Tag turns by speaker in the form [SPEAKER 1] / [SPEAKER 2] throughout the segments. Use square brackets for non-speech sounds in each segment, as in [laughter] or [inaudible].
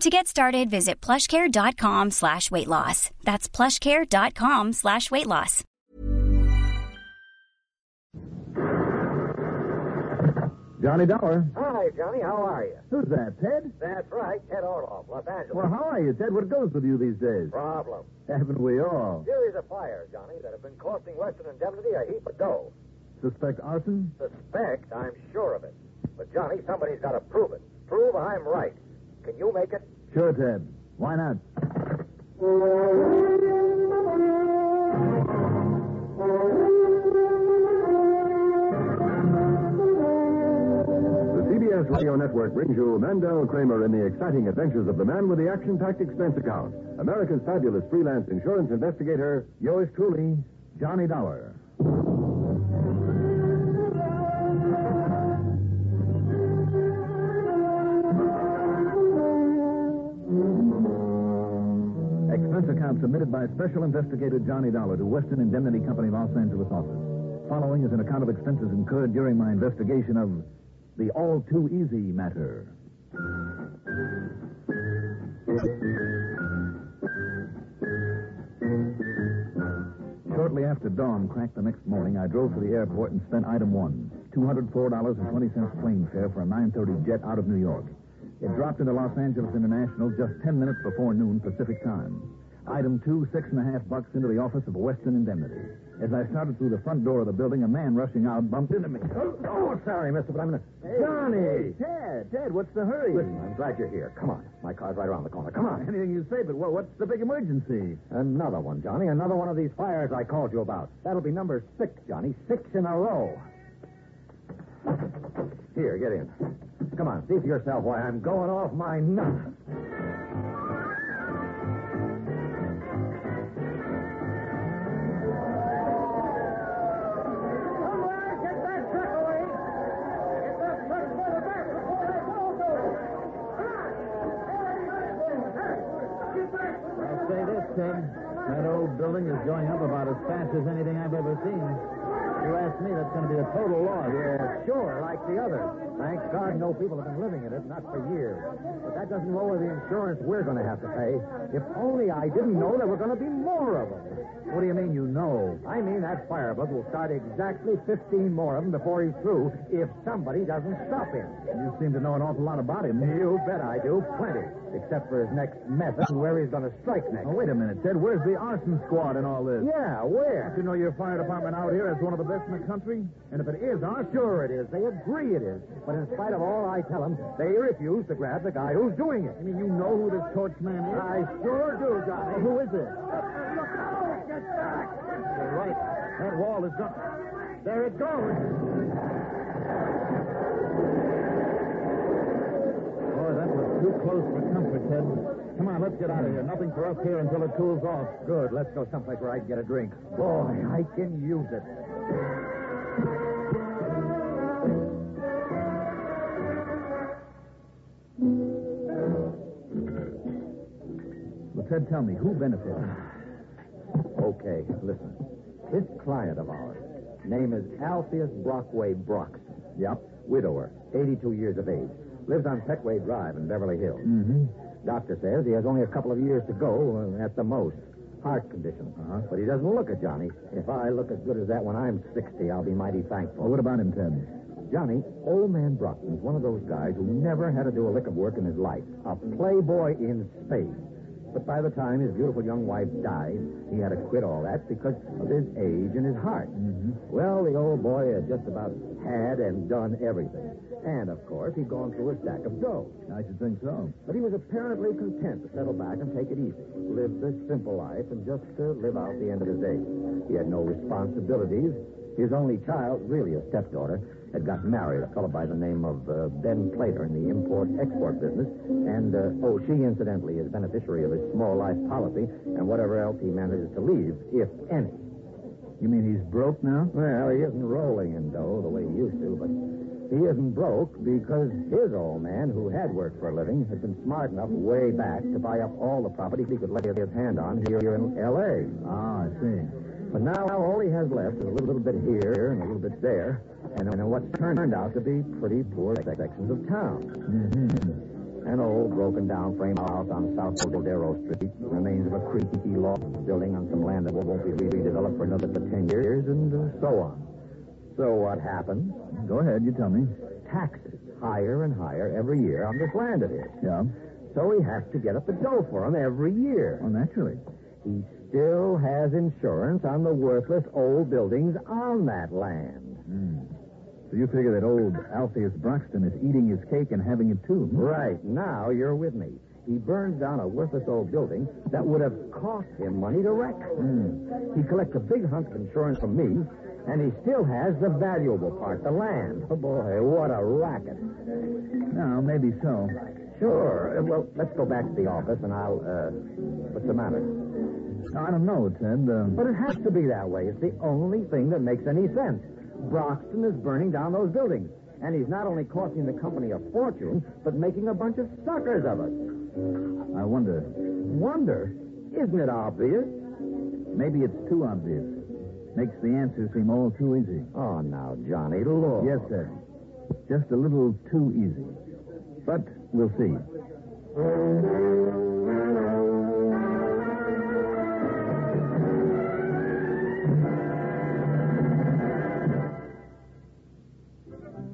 [SPEAKER 1] To get started, visit plushcare.com slash weight loss. That's plushcare.com slash weight loss.
[SPEAKER 2] Johnny Dollar.
[SPEAKER 3] Hi, Johnny. How are you?
[SPEAKER 2] Who's that, Ted?
[SPEAKER 3] That's right, Ted Orloff, Los Angeles.
[SPEAKER 2] Well, how are you, Ted? What goes with you these days?
[SPEAKER 3] Problem.
[SPEAKER 2] Haven't we all?
[SPEAKER 3] Series of fires, Johnny, that have been costing Western Indemnity a heap of dough.
[SPEAKER 2] Suspect arson?
[SPEAKER 3] Suspect, I'm sure of it. But, Johnny, somebody's got to prove it. Prove I'm right. Can you make it?
[SPEAKER 2] Sure, Ted. Why not? The CBS Radio Network brings you Mandel Kramer in the exciting adventures of the man with the action-packed expense account. America's fabulous freelance insurance investigator, yours truly, Johnny Dollar. Expense account submitted by Special Investigator Johnny Dollar to Western Indemnity Company Los Angeles office. Following is an account of expenses incurred during my investigation of the all too easy matter. Shortly after dawn cracked the next morning, I drove to the airport and spent item one, $204.20 plane fare for a 9.30 jet out of New York. It dropped into Los Angeles International just 10 minutes before noon Pacific time. Item two, six and a half bucks into the office of Western Indemnity. As I started through the front door of the building, a man rushing out bumped into me. Oh, oh, sorry, mister, but I'm in a... Johnny! Ted, Ted, what's the hurry?
[SPEAKER 3] Listen, I'm glad you're here. Come on. My car's right around the corner. Come on.
[SPEAKER 2] Anything you say, but well, what's the big emergency?
[SPEAKER 3] Another one, Johnny. Another one of these fires I called you about. That'll be number six, Johnny. Six in a row. Here, get in. Come on, see for yourself why I'm going off my nuts.
[SPEAKER 2] I'll say this, Ted. That old building is going up about as fast as anything I've ever seen. You ask me, that's going to be a total loss.
[SPEAKER 3] Yeah, sure, like the others. Thank God no people have been living in it, not for years. But that doesn't lower the insurance we're going to have to pay. If only I didn't know there were going to be more of them.
[SPEAKER 2] What do you mean you know?
[SPEAKER 3] I mean, that firebug will start exactly 15 more of them before he's through if somebody doesn't stop him.
[SPEAKER 2] You seem to know an awful lot about him.
[SPEAKER 3] You bet I do, plenty. Except for his next method and where he's going to strike next.
[SPEAKER 2] Now, wait a minute, Ted. Where's the arson squad in all this?
[SPEAKER 3] Yeah, where?
[SPEAKER 2] You know your fire department out here is one of the best in the country? And if it is arson...
[SPEAKER 3] Sure it is. They agree it is. But in spite of all I tell them, they refuse to grab the guy who's doing it.
[SPEAKER 2] You mean you know who this torch man is?
[SPEAKER 3] I sure do, Johnny.
[SPEAKER 2] who is it? You're right. That wall is gone. There it goes. Boy, that was Oh, too close for comfort, Ted. Come on, let's get out of here. Nothing for us here until it cools off.
[SPEAKER 3] Good. Let's go someplace where I can get a drink. Boy, I can use it.
[SPEAKER 2] Well, Ted, tell me, who benefited?
[SPEAKER 3] Okay, listen. This client of ours, name is Alpheus Brockway Broxton. Yep, widower, 82 years of age. Lives on Petway Drive in Beverly Hills. Mm-hmm. Doctor says he has only a couple of years to go, uh, at the most. Heart condition. Uh-huh. But he doesn't look it, Johnny. If I look as good as that when I'm 60, I'll be mighty thankful.
[SPEAKER 2] Well, what about him, Ted?
[SPEAKER 3] Johnny, old man Brockton's one of those guys who never had to do a lick of work in his life. A playboy in space. But by the time his beautiful young wife died, he had to quit all that because of his age and his heart.
[SPEAKER 2] Mm-hmm.
[SPEAKER 3] Well, the old boy had just about had and done everything. And, of course, he'd gone through a stack of dough.
[SPEAKER 2] I should think so.
[SPEAKER 3] But he was apparently content to settle back and take it easy, live this simple life, and just uh, live out the end of his days. He had no responsibilities. His only child, really a stepdaughter, had got married, a fellow by the name of uh, Ben Plater in the import export business. And, uh, oh, she incidentally is beneficiary of his small life policy and whatever else he manages to leave, if any.
[SPEAKER 2] You mean he's broke now?
[SPEAKER 3] Well, he isn't rolling in dough the way he used to, but he isn't broke because his old man, who had worked for a living, had been smart enough way back to buy up all the properties he could lay his hand on here in L.A.
[SPEAKER 2] Ah, I see.
[SPEAKER 3] But now all he has left is a little, little bit here and a little bit there, and, and what turned out to be pretty poor sections of town. An old broken down frame house on South Cordero Street, remains of a creaky log building on some land that won't be redeveloped for another 10 years, and uh, so on. So what happens?
[SPEAKER 2] Go ahead, you tell me.
[SPEAKER 3] Taxes higher and higher every year on this land it is.
[SPEAKER 2] Yeah.
[SPEAKER 3] So he has to get up the dough for 'em every year.
[SPEAKER 2] Well, Oh, naturally.
[SPEAKER 3] He still has insurance on the worthless old buildings on that land.
[SPEAKER 2] So you figure that old Alpheus Broxton is eating his cake and having it too? hmm?
[SPEAKER 3] Right. Now you're with me. He burns down a worthless old building that would have cost him money to wreck.
[SPEAKER 2] Hmm.
[SPEAKER 3] He collects a big hunk of insurance from me, and he still has the valuable part, the land. Oh, boy, what a racket.
[SPEAKER 2] No, maybe so.
[SPEAKER 3] Sure. Uh, Well, let's go back to the office, and I'll, uh, what's the matter?
[SPEAKER 2] I don't know, Ted. Uh,
[SPEAKER 3] But it has to be that way. It's the only thing that makes any sense. Broxton is burning down those buildings. And he's not only costing the company a fortune, but making a bunch of suckers of us.
[SPEAKER 2] I wonder.
[SPEAKER 3] Wonder? Isn't it obvious?
[SPEAKER 2] Maybe it's too obvious. Makes the answer seem all too easy.
[SPEAKER 3] Oh, now, Johnny, look.
[SPEAKER 2] Yes, sir. Just a little too easy. But we'll see.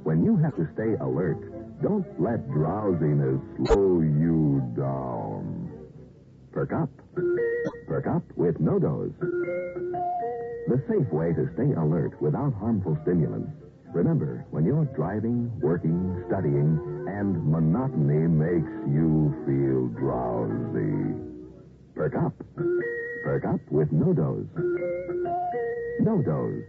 [SPEAKER 4] When you have to stay alert, don't let drowsiness slow you down. Perk up. Perk up with Nodos. The safe way to stay alert without harmful stimulants. Remember, when you're driving, working, studying, and monotony makes you feel drowsy. Perk up. Perk up with Nodos. Nodos.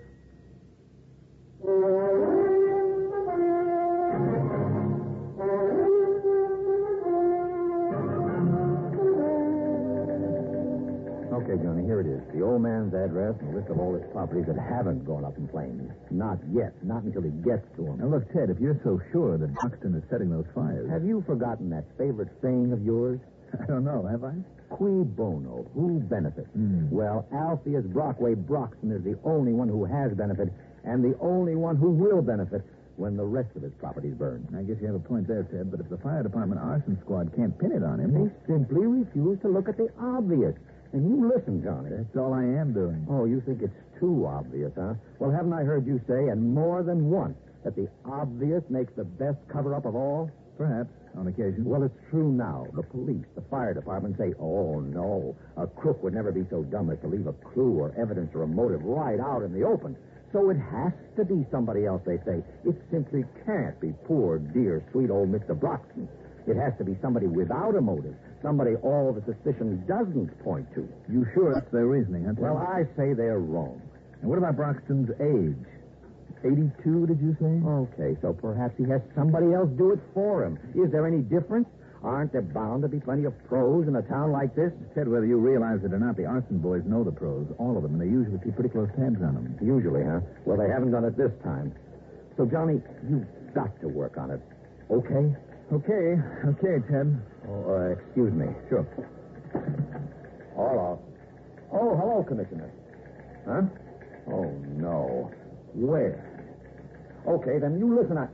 [SPEAKER 3] Okay, Johnny, here it is. The old man's address and a list of all his properties that haven't gone up in flames. Not yet. Not until he gets to them.
[SPEAKER 2] Now, look, Ted, if you're so sure that Broxton is setting those fires.
[SPEAKER 3] Have you forgotten that favorite saying of yours?
[SPEAKER 2] [laughs] I don't know, have I? Hmm.
[SPEAKER 3] Qui bono? Who benefits? Well, Alpheus Brockway Broxton is the only one who has benefit, and the only one who will benefit when the rest of his property's burned.
[SPEAKER 2] I guess you have a point there, Ted, but if the fire department arson squad can't pin it on
[SPEAKER 3] They
[SPEAKER 2] him,
[SPEAKER 3] simply refuse to look at the obvious. And you listen, Johnny.
[SPEAKER 2] that's all I am doing.
[SPEAKER 3] Oh, you think it's too obvious, huh? Well, haven't I heard you say, and more than once, that the obvious makes the best cover up of all?
[SPEAKER 2] Perhaps, on occasion.
[SPEAKER 3] Well, it's true now. The police, the fire department say, oh, no, a crook would never be so dumb as to leave a clue or evidence or a motive right out in the open. So it has to be somebody else, they say. It simply can't be poor, dear, sweet old Mr. Broxton. It has to be somebody without a motive, somebody all the suspicion doesn't point to.
[SPEAKER 2] You sure that's their reasoning, huh, Ted?
[SPEAKER 3] Well, I say they're wrong.
[SPEAKER 2] And what about Broxton's age? 82, did you say?
[SPEAKER 3] Okay, so perhaps he has somebody else do it for him. Is there any difference? Aren't there bound to be plenty of pros in a town like this?
[SPEAKER 2] Ted, whether you realize it or not, the arson boys know the pros, all of them, and they usually keep pretty close tabs on them.
[SPEAKER 3] Usually, huh? Well, they haven't done it this time. So, Johnny, you've got to work on it. Okay?
[SPEAKER 2] Okay, okay, Ted.
[SPEAKER 3] Oh, uh, excuse me. Sure. All off. Oh, hello, Commissioner. Huh?
[SPEAKER 5] Oh, no. Where? Okay, then you listen. I,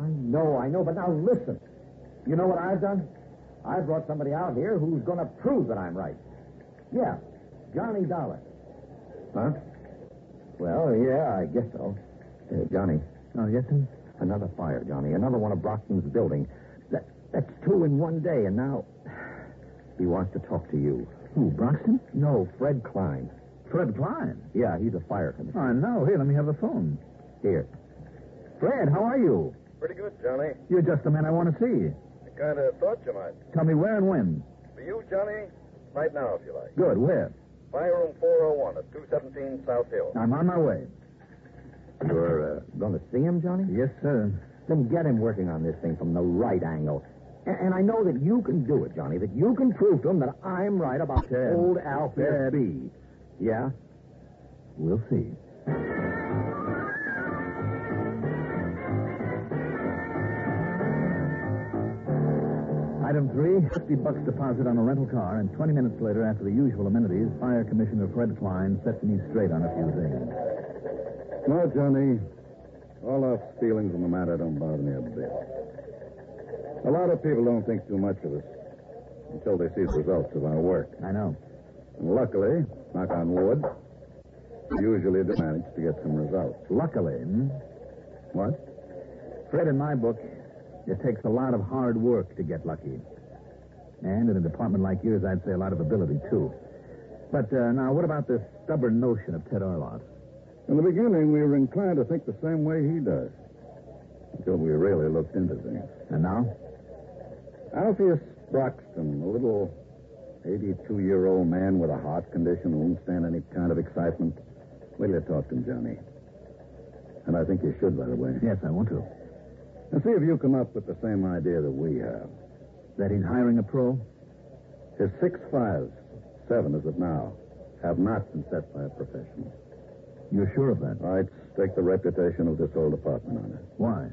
[SPEAKER 5] I know, I know, but now listen. You know what I've done? I brought somebody out here who's going to prove that I'm right. Yeah, Johnny Dollar. Huh? Well, yeah, I guess so. Uh, Johnny. Oh, yes, sir? Another fire, Johnny. Another one of Brockton's building. That, that's two in one day, and now [sighs] he wants to talk to you. Who, Broxton? No, Fred Klein.
[SPEAKER 2] Fred Klein.
[SPEAKER 5] Yeah, he's a fire commissioner.
[SPEAKER 2] I know. Here, let me have the phone.
[SPEAKER 5] Here. Fred, how are you?
[SPEAKER 6] Pretty good, Johnny.
[SPEAKER 2] You're just the man I want to see.
[SPEAKER 6] I kind of thought you might.
[SPEAKER 2] Tell me where and when.
[SPEAKER 6] For you, Johnny, right now, if you like.
[SPEAKER 2] Good, where?
[SPEAKER 6] Fire room 401 at 217 South Hill.
[SPEAKER 2] I'm on my way.
[SPEAKER 5] You're uh, going to see him, Johnny?
[SPEAKER 2] Yes, sir.
[SPEAKER 5] Then get him working on this thing from the right angle. A- And, I know that you can do it, Johnny, that you can prove to him that I'm right about
[SPEAKER 2] Ted.
[SPEAKER 5] old Alfred
[SPEAKER 2] Ted.
[SPEAKER 5] B. Yeah? We'll see.
[SPEAKER 2] Item three, 50 bucks deposit on a rental car, and 20 minutes later, after the usual amenities, Fire Commissioner Fred Klein set me straight on a few things.
[SPEAKER 3] No, Johnny. All our feelings on the matter don't bother me a bit. A lot of people don't think too much of us until they see the results of our work.
[SPEAKER 2] I know.
[SPEAKER 3] And luckily, knock on wood, we usually do manage to get some results.
[SPEAKER 2] Luckily, hmm?
[SPEAKER 3] What?
[SPEAKER 2] Fred, in my book, it takes a lot of hard work to get lucky. And in a department like yours, I'd say a lot of ability, too. But uh, now, what about this stubborn notion of Ted Orloff?
[SPEAKER 3] In the beginning, we were inclined to think the same way he does. Until we really looked into things.
[SPEAKER 2] And now?
[SPEAKER 3] Alpheus Broxton, a little 82 year old man with a heart condition who won't stand any kind of excitement. Will you talk to him, Johnny? And I think you should, by the way.
[SPEAKER 2] Yes, I want to.
[SPEAKER 3] And see if you come up with the same idea that we have.
[SPEAKER 2] That he's hiring a pro?
[SPEAKER 3] His six fives, seven as of now, have not been set by a professional.
[SPEAKER 2] You're sure of that?
[SPEAKER 3] I'd stake the reputation of this old apartment on it.
[SPEAKER 2] Why?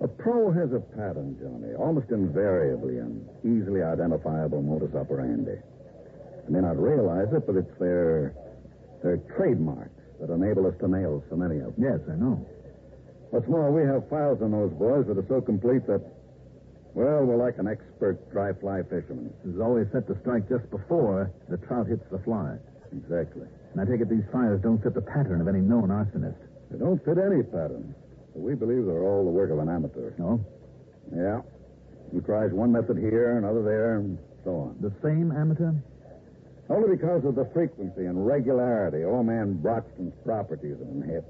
[SPEAKER 3] A pro has a pattern, Johnny, almost invariably an easily identifiable modus operandi. They may not realize it, but it's their their trademarks that enable us to nail so many of them.
[SPEAKER 2] Yes, I know.
[SPEAKER 3] What's more, we have files on those boys that are so complete that, well, we're like an expert dry fly fisherman.
[SPEAKER 2] This is always set to strike just before the trout hits the fly.
[SPEAKER 3] Exactly.
[SPEAKER 2] And I take it these fires don't fit the pattern of any known arsonist.
[SPEAKER 3] They don't fit any pattern. But we believe they're all the work of an amateur.
[SPEAKER 2] No?
[SPEAKER 3] Yeah. He tries one method here, another there, and so on.
[SPEAKER 2] The same amateur?
[SPEAKER 3] Only because of the frequency and regularity old man Broxton's properties have been hit.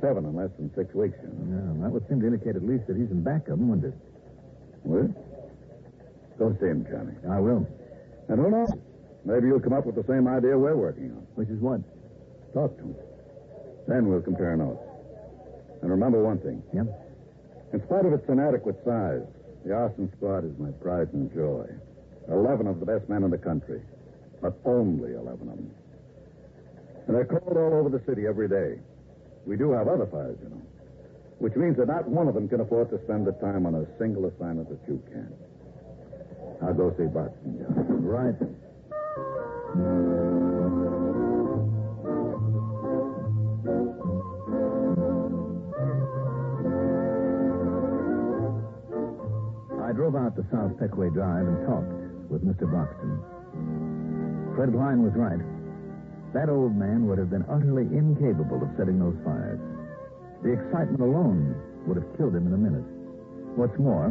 [SPEAKER 3] Seven in less than six weeks. you know.
[SPEAKER 2] Yeah, that would seem to indicate at least that he's in back of him, wouldn't it?
[SPEAKER 3] Well, go see him, Johnny.
[SPEAKER 2] I will.
[SPEAKER 3] And who knows? Maybe you'll come up with the same idea we're working on.
[SPEAKER 2] Which is what?
[SPEAKER 3] Talk to him. Then we'll compare notes. And remember one thing.
[SPEAKER 2] Yeah?
[SPEAKER 3] In spite of its inadequate size, the arson squad is my pride and joy. Eleven of the best men in the country, but only eleven of them. And they're called all over the city every day. We do have other fires, you know, which means that not one of them can afford to spend the time on a single assignment that you can. I'll go see Barton, John.
[SPEAKER 2] Right. I drove out to South Peckway Drive and talked with Mr. Broxton. Fred Klein was right. That old man would have been utterly incapable of setting those fires. The excitement alone would have killed him in a minute. What's more,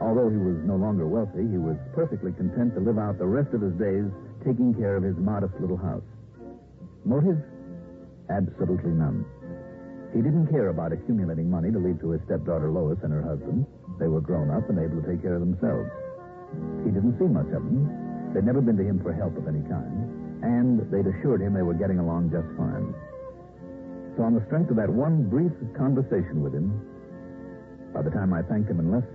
[SPEAKER 2] although he was no longer wealthy, he was perfectly content to live out the rest of his days taking care of his modest little house. Motive? Absolutely none. He didn't care about accumulating money to leave to his stepdaughter Lois and her husband. They were grown up and able to take care of themselves. He didn't see much of them. They'd never been to him for help of any kind, and they'd assured him they were getting along just fine. So, on the strength of that one brief conversation with him, by the time I thanked him and left,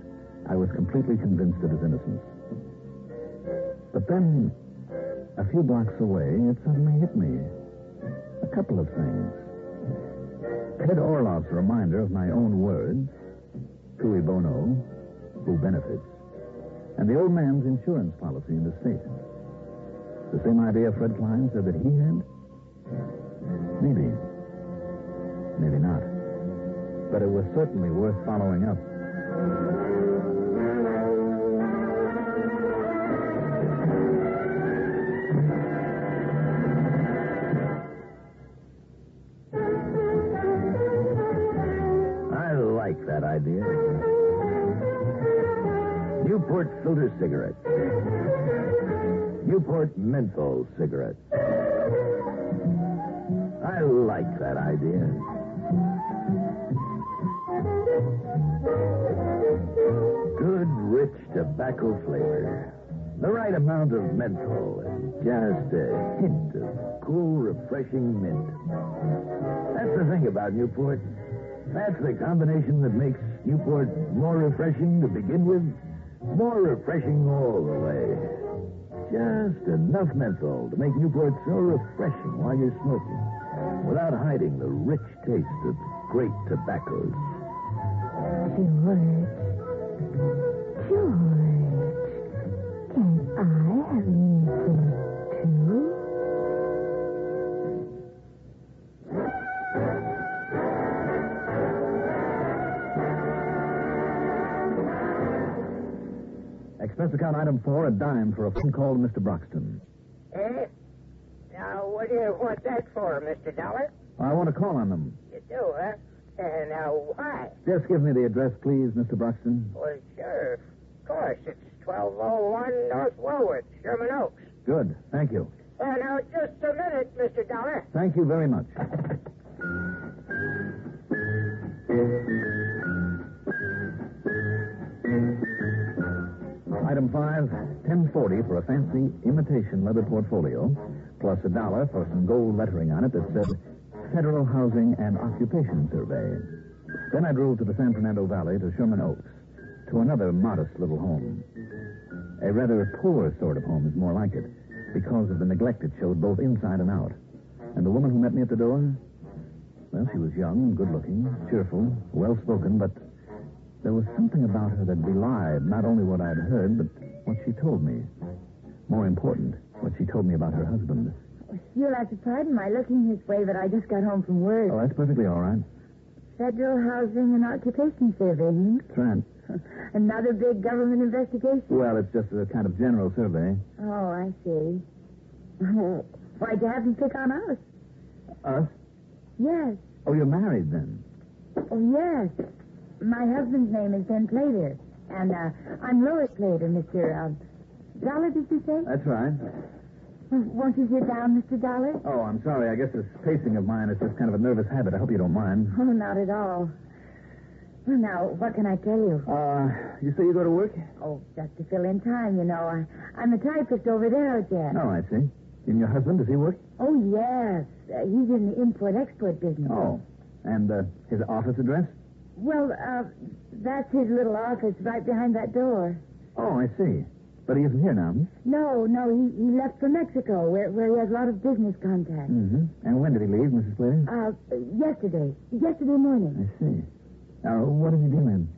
[SPEAKER 2] I was completely convinced of his innocence. But then, a few blocks away, it suddenly hit me. A couple of things. Ted Orloff's reminder of my own words, cui bono, who benefits, and the old man's insurance policy in the state. The same idea Fred Klein said that he had? Maybe. Maybe not. But it was certainly worth following up.
[SPEAKER 3] I like that idea. Newport filter cigarette. Newport menthol cigarette. I like that idea. Good, rich tobacco flavor. The right amount of menthol and just a hint of cool, refreshing mint. That's the thing about Newport. That's the combination that makes Newport more refreshing to begin with, more refreshing all the way. Just enough menthol to make Newport so refreshing while you're smoking, without hiding the rich taste of great tobaccos.
[SPEAKER 7] George. George. Can I have anything too?
[SPEAKER 2] Expense account item four, a dime for a phone call to Mr. Broxton.
[SPEAKER 8] Eh? Now, what do you want that for, Mr. Dollar?
[SPEAKER 2] I want to call on them.
[SPEAKER 8] You do, huh? Eh, now, why?
[SPEAKER 2] Just give me the address, please, Mr. Broxton.
[SPEAKER 8] Well, sure. Of course, it's 1201 North Wellwood, Sherman Oaks.
[SPEAKER 2] Good. Thank you.
[SPEAKER 8] Well, now, just a minute, Mr. Dollar.
[SPEAKER 2] Thank you very much. Item five, ten forty for a fancy imitation leather portfolio, plus a dollar for some gold lettering on it that said Federal Housing and Occupation Survey. Then I drove to the San Fernando Valley to Sherman Oaks, to another modest little home. A rather poor sort of home is more like it, because of the neglect it showed both inside and out. And the woman who met me at the door? Well, she was young, good looking, cheerful, well spoken, but there was something about her that belied not only what I'd heard, but what she told me. More important, what she told me about her husband.
[SPEAKER 7] You'll have to pardon my looking this way, but I just got home from work.
[SPEAKER 2] Oh, that's perfectly all right.
[SPEAKER 7] Federal Housing and Occupation Survey, [laughs] hmm?
[SPEAKER 2] That's right. [laughs]
[SPEAKER 7] Another big government investigation.
[SPEAKER 2] Well, it's just a kind of general survey.
[SPEAKER 7] Oh, I see. [laughs] Why'd you have them pick on us?
[SPEAKER 2] Us?
[SPEAKER 7] Yes.
[SPEAKER 2] Oh, you're married then?
[SPEAKER 7] Oh, yes. My husband's name is Ben Plater. And uh, I'm Lois Plater, Mr. Uh, Dollar, did you say?
[SPEAKER 2] That's right.
[SPEAKER 7] Won't you sit down, Mr. Dollar?
[SPEAKER 2] Oh, I'm sorry. I guess this pacing of mine is just kind of a nervous habit. I hope you don't mind. [laughs]
[SPEAKER 7] Oh, not at all. Well, now, what can I tell you?
[SPEAKER 2] Uh, you say you go to work?
[SPEAKER 7] Oh, just to fill in time, you know. I, I'm a typist over there, Jack.
[SPEAKER 2] Oh, I see. And your husband, does he work?
[SPEAKER 7] Oh, yes. Uh, he's in the import-export business.
[SPEAKER 2] Oh. And uh, his office address?
[SPEAKER 7] Well, uh, that's his little office right behind that door.
[SPEAKER 2] Oh, I see. But he isn't here now.
[SPEAKER 7] No, no, he, he left for Mexico, where, where he has a lot of business contacts.
[SPEAKER 2] Mm-hmm. And when did he leave, Mrs. Slater?
[SPEAKER 7] Uh, yesterday,
[SPEAKER 8] Uh,
[SPEAKER 7] yesterday morning.
[SPEAKER 2] I see. Now, what does he do then?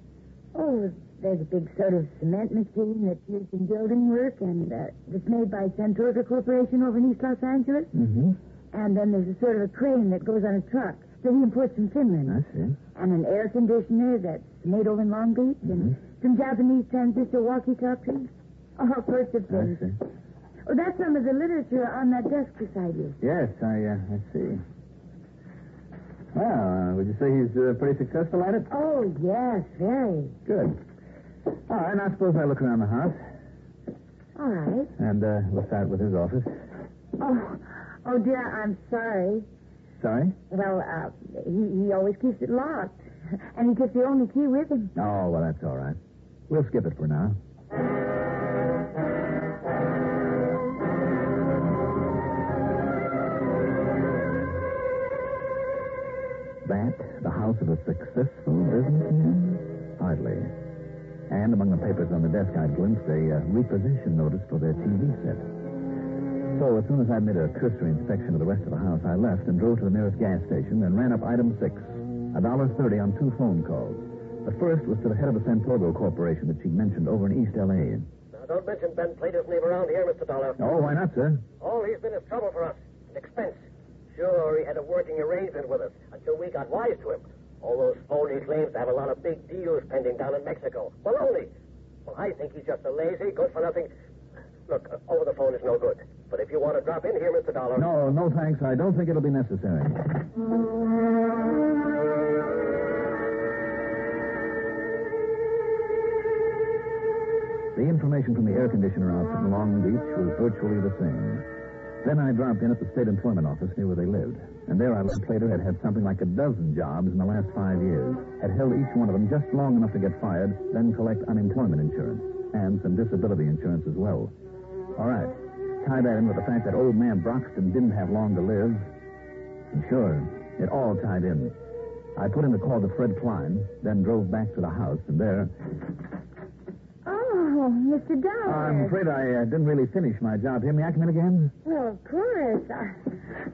[SPEAKER 7] Oh, there's a big sort of cement machine that's used in building work and uh, that's made by Santorga Corporation over in East Los Angeles.
[SPEAKER 2] Mm-hmm.
[SPEAKER 7] And then there's a sort of a crane that goes on a truck that he imports from Finland.
[SPEAKER 2] I see.
[SPEAKER 7] And an air conditioner that's made over in Long Beach. And some Japanese transistor walkie-talkies. All sorts of
[SPEAKER 2] I
[SPEAKER 7] things.
[SPEAKER 2] see.
[SPEAKER 7] Oh, that's some of the literature on that desk beside you.
[SPEAKER 2] Yes, I, uh, I see. Well, uh, would you say he's uh, pretty successful at it?
[SPEAKER 7] Oh, yes, very.
[SPEAKER 2] Good. All right, now suppose I look around the house,
[SPEAKER 7] All right.
[SPEAKER 2] and uh, we'll start with his office.
[SPEAKER 7] Oh, oh dear, I'm sorry.
[SPEAKER 2] Sorry?
[SPEAKER 7] Well, uh, he, he always keeps it locked. [laughs] And he took the only key with him.
[SPEAKER 2] Oh, well, that's all right. We'll skip it for now. That, the house of a successful businessman? Hardly. And among the papers on the desk, I glimpsed a uh, repossession notice for their TV set. So, as soon as I made a cursory inspection of the rest of the house, I left and drove to the nearest gas station and ran up item six, a dollar thirty on two phone calls. The first was to the head of the Santogo Corporation that she mentioned over in East L.A.
[SPEAKER 3] Now, don't mention Ben Plater's name around here, Mr. Dollar.
[SPEAKER 2] Oh, why not, sir?
[SPEAKER 3] All he's been is trouble for us. An expense.
[SPEAKER 8] Sure, he had a working arrangement with us until we got wise to him. All those phony claims to have a lot of big deals pending down in Mexico. Baloney. Well, I think he's just a lazy, good for nothing. Look, uh, over the phone is no good. But if you want to drop in here, Mr. Dollar.
[SPEAKER 2] No, no thanks. I don't think it'll be necessary. The information from the air conditioner outfit in Long Beach was virtually the same. Then I dropped in at the state employment office near where they lived. And there I learned Plater had had something like a dozen jobs in the last five years, had held each one of them just long enough to get fired, then collect unemployment insurance, and some disability insurance as well. All right. Tie that in with the fact that old man Broxton didn't have long to live. And sure, it all tied in. I put in a call to Fred Klein, then drove back to the house, and there.
[SPEAKER 7] Oh, Mr.
[SPEAKER 2] I'm
[SPEAKER 7] Dollar.
[SPEAKER 2] afraid I uh, didn't really finish my job here. May I come in again?
[SPEAKER 7] Well, of course. I,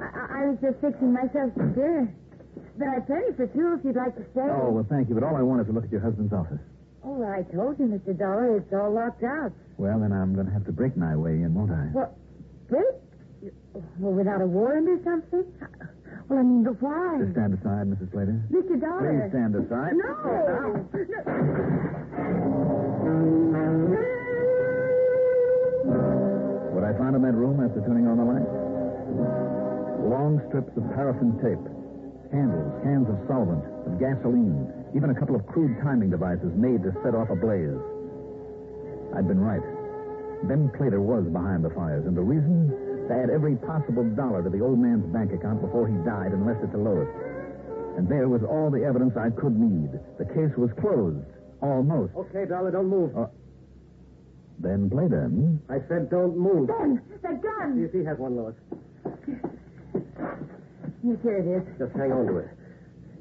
[SPEAKER 7] I, I was just fixing myself some dinner. But I have plenty for two if you'd like to stay.
[SPEAKER 2] Oh, well, thank you, but all I want is to look at your husband's office.
[SPEAKER 7] Oh, well, I told you, Mr. Dollar, it's all locked out.
[SPEAKER 2] Well, then I'm going to have to break my way in, won't I?
[SPEAKER 7] What? Wait? Well, without a warrant or something? Well, I mean, but why?
[SPEAKER 2] Just stand aside, Mrs. Slater.
[SPEAKER 7] Mr.
[SPEAKER 2] Please
[SPEAKER 7] Dollar.
[SPEAKER 2] stand aside.
[SPEAKER 7] No. no.
[SPEAKER 2] What I found in that room after turning on the light? Long strips of paraffin tape, candles, cans of solvent, of gasoline, even a couple of crude timing devices made to set off a blaze. I'd been right. Ben Plater was behind the fires, and the reason? To add every possible dollar to the old man's bank account before he died and left it to Lois. And there was all the evidence I could need. The case was closed. Almost.
[SPEAKER 3] Okay, Dollar, don't move.
[SPEAKER 2] Ben Plater, hmm?
[SPEAKER 3] I said don't move.
[SPEAKER 7] Ben, the gun.
[SPEAKER 3] See if he has one, Lois.
[SPEAKER 7] Yes, here it is.
[SPEAKER 3] Just hang on to it.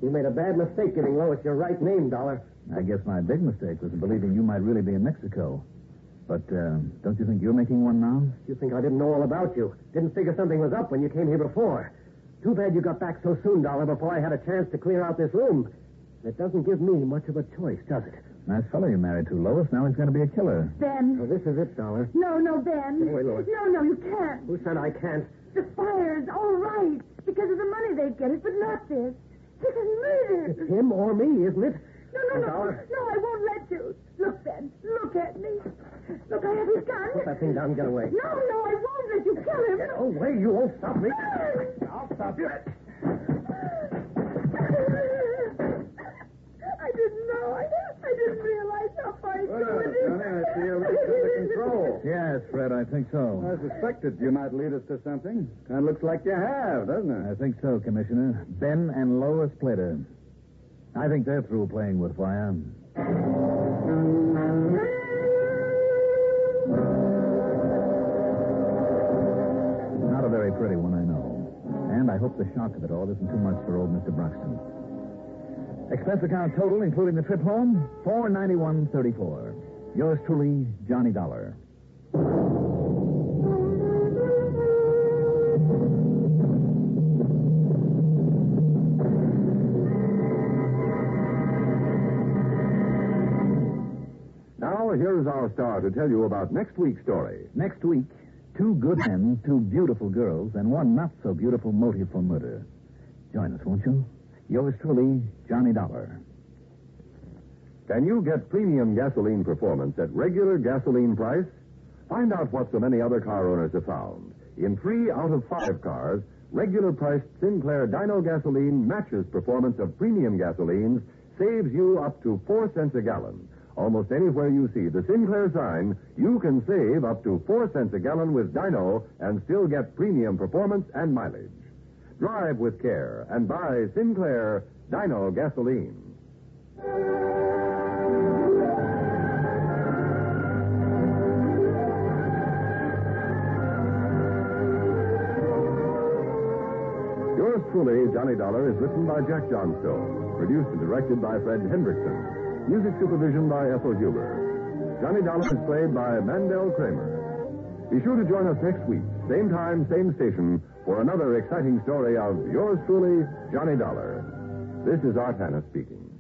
[SPEAKER 3] You made a bad mistake giving Lois your right name, Dollar.
[SPEAKER 2] I guess my big mistake was believing you might really be in Mexico. But uh, don't you think you're making one now?
[SPEAKER 3] You think I didn't know all about you. Didn't figure something was up when you came here before. Too bad you got back so soon, Dollar, before I had a chance to clear out this room. It doesn't give me much of a choice, does it?
[SPEAKER 2] Nice fellow you married to, Lois. Now he's going to be a killer.
[SPEAKER 7] Ben.
[SPEAKER 3] Well, this is it, Dollar.
[SPEAKER 7] No, no, Ben.
[SPEAKER 3] Wait, Lois.
[SPEAKER 7] No, no, you can't.
[SPEAKER 3] Who said I can't?
[SPEAKER 7] The fire's all right because of the money they get it, but not this. This
[SPEAKER 3] It's
[SPEAKER 7] is murder.
[SPEAKER 3] him or me, isn't it?
[SPEAKER 7] No, no, no.
[SPEAKER 3] Dollar.
[SPEAKER 7] No, I won't let you. Look, Ben. Look at me. Look, I have his gun.
[SPEAKER 3] Put that thing down and get away.
[SPEAKER 7] No, no, I won't let you kill him.
[SPEAKER 3] Get away. You won't stop me.
[SPEAKER 7] I'll
[SPEAKER 3] stop you.
[SPEAKER 7] I didn't know. I, I didn't realize how far he'd
[SPEAKER 9] Well,
[SPEAKER 7] go with it.
[SPEAKER 9] Johnny, I see you're under control.
[SPEAKER 2] Yes, Fred, I think so.
[SPEAKER 9] suspected you might lead us to something. Kind of looks like you have, doesn't
[SPEAKER 3] Uh,
[SPEAKER 2] I think so, Commissioner. Ben and Lois Plater. I think they're through playing with fire.
[SPEAKER 7] [laughs]
[SPEAKER 2] Not a very pretty one, I know. And I hope the shock of it all isn't too much for old Mr. Broxton. Expense account total, including the trip home, four ninety one thirty four. Yours truly, Johnny Dollar.
[SPEAKER 4] Now, here's our star to tell you about next week's story.
[SPEAKER 2] Next week, two good men, two beautiful girls, and one not so beautiful motive for murder. Join us, won't you? Yours truly, Johnny Dollar.
[SPEAKER 4] Can you get premium gasoline performance at regular gasoline price? Find out what so many other car owners have found. In three out of five cars, regular priced Sinclair Dino gasoline matches performance of premium gasolines, saves you up to four cents a gallon. Almost anywhere you see the Sinclair sign, you can save up to four cents a gallon with Dino and still get premium performance and mileage. Drive with care and buy Sinclair Dino gasoline. Yours truly, Johnny Dollar, is written by Jack Johnstone, produced and directed by Fred Hendrickson, music supervision by Ethel Huber. Johnny Dollar is played by Mandel Kramer. Be sure to join us next week, same time, same station, for another exciting story of yours truly, Johnny Dollar. This is Art Hanna speaking.